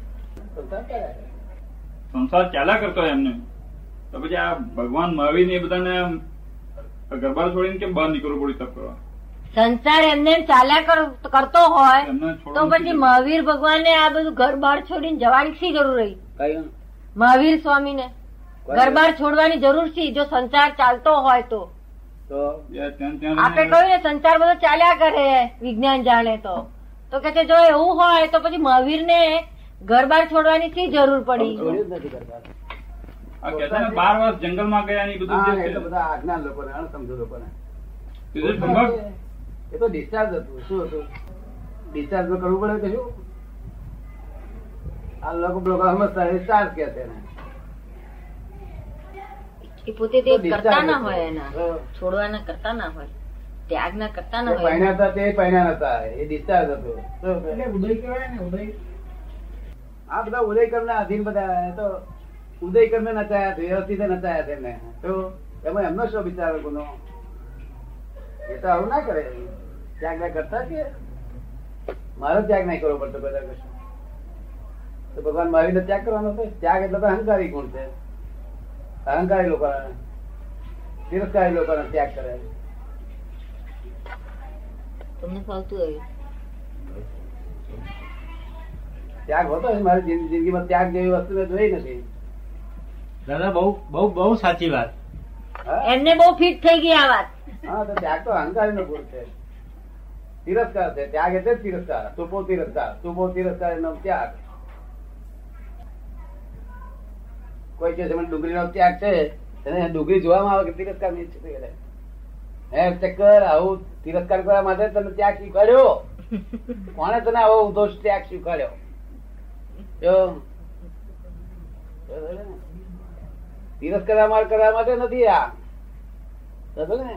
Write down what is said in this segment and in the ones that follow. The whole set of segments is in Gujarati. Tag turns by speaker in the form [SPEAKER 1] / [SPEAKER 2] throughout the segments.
[SPEAKER 1] સંસાર ચાલ્યા કરે.
[SPEAKER 2] સંસાર ચાલ્યા કરતો હોય એમને તો પછી આ ભગવાન મહાવીર ને એ બધાને આમ ગરબા છોડીને કેમ બહાર નીકળવું પડ્યું તપ કરવા
[SPEAKER 3] સંસાર એમને એમ ચાલ્યા કર- કરતો હોય
[SPEAKER 2] એમને
[SPEAKER 3] તો
[SPEAKER 2] છોડવાનું
[SPEAKER 3] પછી મહાવીર ભગવાને આ બધું ઘર બહાર છોડીને જવાની શી જરૂર રહી
[SPEAKER 1] કયું
[SPEAKER 3] મહાવીર સ્વામીને
[SPEAKER 1] કોઈ-
[SPEAKER 3] ઘર બહાર છોડવાની જરૂર શી જો સંસાર ચાલતો હોય તો
[SPEAKER 1] તો
[SPEAKER 2] ત્યાં- ત્યાં- ત્યાં
[SPEAKER 3] આપણે કહ્યું ને સંસાર બધો ચાલ્યા કરે વિજ્ઞાન જાણે તો તો કે છે જો એવું હોય તો પછી મહાવીરને ઘર બહાર છોડવાની શી જરૂર પડી
[SPEAKER 1] છોડ્યું જ નથી કરતા
[SPEAKER 2] આ કહેતા ને બાર વર્ષ જંગલમાં ગયા ને એ બધું
[SPEAKER 1] હા,
[SPEAKER 2] જે
[SPEAKER 1] એ તો
[SPEAKER 2] છે.
[SPEAKER 1] બધા આજ્ઞા લોકોને અણસમજુ લોકોને
[SPEAKER 2] તે જે સંભવ
[SPEAKER 1] એ તો ડિસ્ચાર્જ હતું શું હતું ડિસ્ચાર્જ તો કરવું પડે કશું આ લોકો લોકો સમજતા ડિસ્ચાર્જ કે છે એને.
[SPEAKER 3] એ પોતે તે
[SPEAKER 1] તો discharge
[SPEAKER 3] કરતા ના
[SPEAKER 1] હતું.
[SPEAKER 3] હોય એના
[SPEAKER 1] હા.
[SPEAKER 3] છોડવાના કરતા ના હોય ત્યાગના કરતા
[SPEAKER 1] જે
[SPEAKER 3] ના હોય
[SPEAKER 1] પહેણ્યા હતા તે પહેણ્યા નતા એ ડિસ્ચાર્જ હતું શું હતું?
[SPEAKER 4] એટલે ઉદય કહેવાય ને ઉદય
[SPEAKER 1] આ બધા ઉદયકર્મ ના અધીન બધા એ તો ઉદયકર્મે નચાયા છે વ્યવસ્થિત નચાયા છે એમને તો એમાં એમનો શું વિચાર ગુનો એ તો આવું ના કરે ત્યાગ ના કરતા છે મારો ત્યાગ નહીં કરવો પડતો બધા કશું તો ભગવાન મહાવીરનો ત્યાગ કરવાનો છે ત્યાગ એટલે તો અહંકારી ગુણ છે અહંકારી લોકો તિરસ્કારી લોકોનો ત્યાગ કરે
[SPEAKER 3] તમને ફાવતું હોય
[SPEAKER 1] ત્યાગ હોતો હશે. મારી જિંદ- જિંદગીમાં ત્યાગ જેવી વસ્તુ મેં જોઈ નથી
[SPEAKER 5] દાદા બહુ બહુ બહુ સાચી વાત
[SPEAKER 1] હા
[SPEAKER 3] એમને બહુ ફિટ થઈ ગઈ આ વાત
[SPEAKER 1] હા તો ત્યાગ તો અહંકાર નો ગુણ છે તિરસ્કાર છે ત્યાગ એટલે જ તિરસ્કાર સુપો તિરસ્કાર સુપો તિરસ્કાર એનો ત્યાગ કોઈ કહે છે મને ડુંગળીનો ત્યાગ છે એને ડુંગળી જોવામાં આવે કે તિરસ્કાર નહીં છે તે કહે. હે ચક્કર આવું તિરસ્કાર કરવા માટે તમે ત્યાગ શીખવાડ્યો કોણે તને આવો ઊંધો ત્યાગ શીખવાડ્યો જો બરાબર ને? તિરસ્કાર અમાર કરવા માટે નથી આ બરાબર ને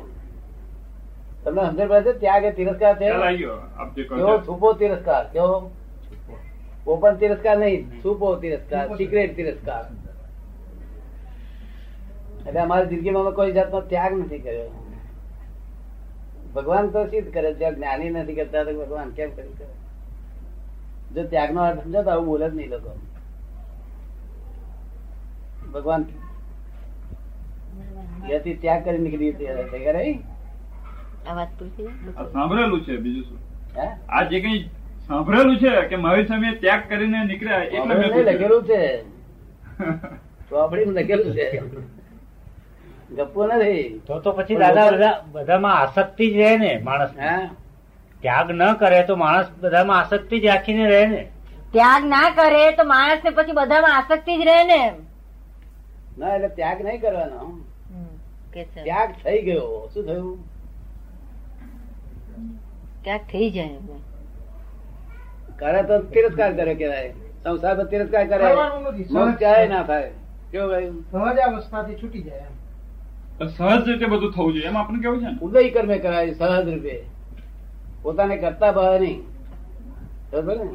[SPEAKER 1] તમને સમજણ પડે છે ત્યાગ એ તિરસ્કાર છે
[SPEAKER 2] ખ્યાલ આવી ગયો આપ જે કહો
[SPEAKER 1] કેવો
[SPEAKER 2] છો.
[SPEAKER 1] છુપો તિરસ્કાર કેવો ઓપન તિરસ્કાર નહીં છુપો તિરસ્કાર સિક્રેટ તિરસ્કાર એટલે અમારી જિંદગીમાં અમે કોઈ જાતનો ત્યાગ નથી કર્યો ભગવાન તો સિદ્ધ કરે જ્યાં જ્ઞાની નથી કરતા તો ભગવાન કેમ કરી કરે જો ત્યાગનો અર્થ સમજો તો આવું બોલે જ નહીં લોકો ભગવાન ત્યાંથી ત્યાગ કરી નીકળી હતી તે કરે
[SPEAKER 3] આ વાત પૂરી થઈ
[SPEAKER 2] આ
[SPEAKER 3] જાય?
[SPEAKER 2] સાંભળેલું છે બીજું શું
[SPEAKER 1] હે
[SPEAKER 2] આ જે કઈ સાંભળેલું છે કે મહાવીર સ્વામી ત્યાગ કરીને નીકળ્યા એટલે મેં
[SPEAKER 1] ચોપડીમાં
[SPEAKER 2] પૂછ્યું.
[SPEAKER 1] લખેલું છે ચોપડીમાં લખેલું છે ગપ્પો નથી
[SPEAKER 5] તો તો પછી દાદા બધા બધામાં આસક્તિ જ રહે ને માણસ
[SPEAKER 1] હા
[SPEAKER 5] ત્યાગ ન કરે તો માણસ બધામાં આસક્તિ જ રાખીને રહે ને
[SPEAKER 3] ત્યાગ ના કરે તો માણસ ને પછી બધામાં આસક્તિ જ રહે ને એમ
[SPEAKER 1] ના એટલે ત્યાગ નહીં કરવાનો
[SPEAKER 3] કે છે.
[SPEAKER 1] ત્યાગ થઈ ગયો શું થયું
[SPEAKER 3] ત્યાગ થઈ જાય એમને.
[SPEAKER 1] કરે તો તિરસ્કાર કરે કહેવાય સંસાર તો તિરસ્કાર કરે
[SPEAKER 4] કરવાનું નથી.
[SPEAKER 1] મોક્ષ ક્યારેય ના થાય કેવું ભાઈ
[SPEAKER 4] સહજ અવસ્થાથી છૂટી જાય એમ
[SPEAKER 2] સહજ રીતે બધું થવું જોઈએ એમ આપણને કેવું છે ને
[SPEAKER 1] ઉદય કર્મે કરાય સહજ રૂપે પોતાને કરતા ભાવે નહીં બરાબર ને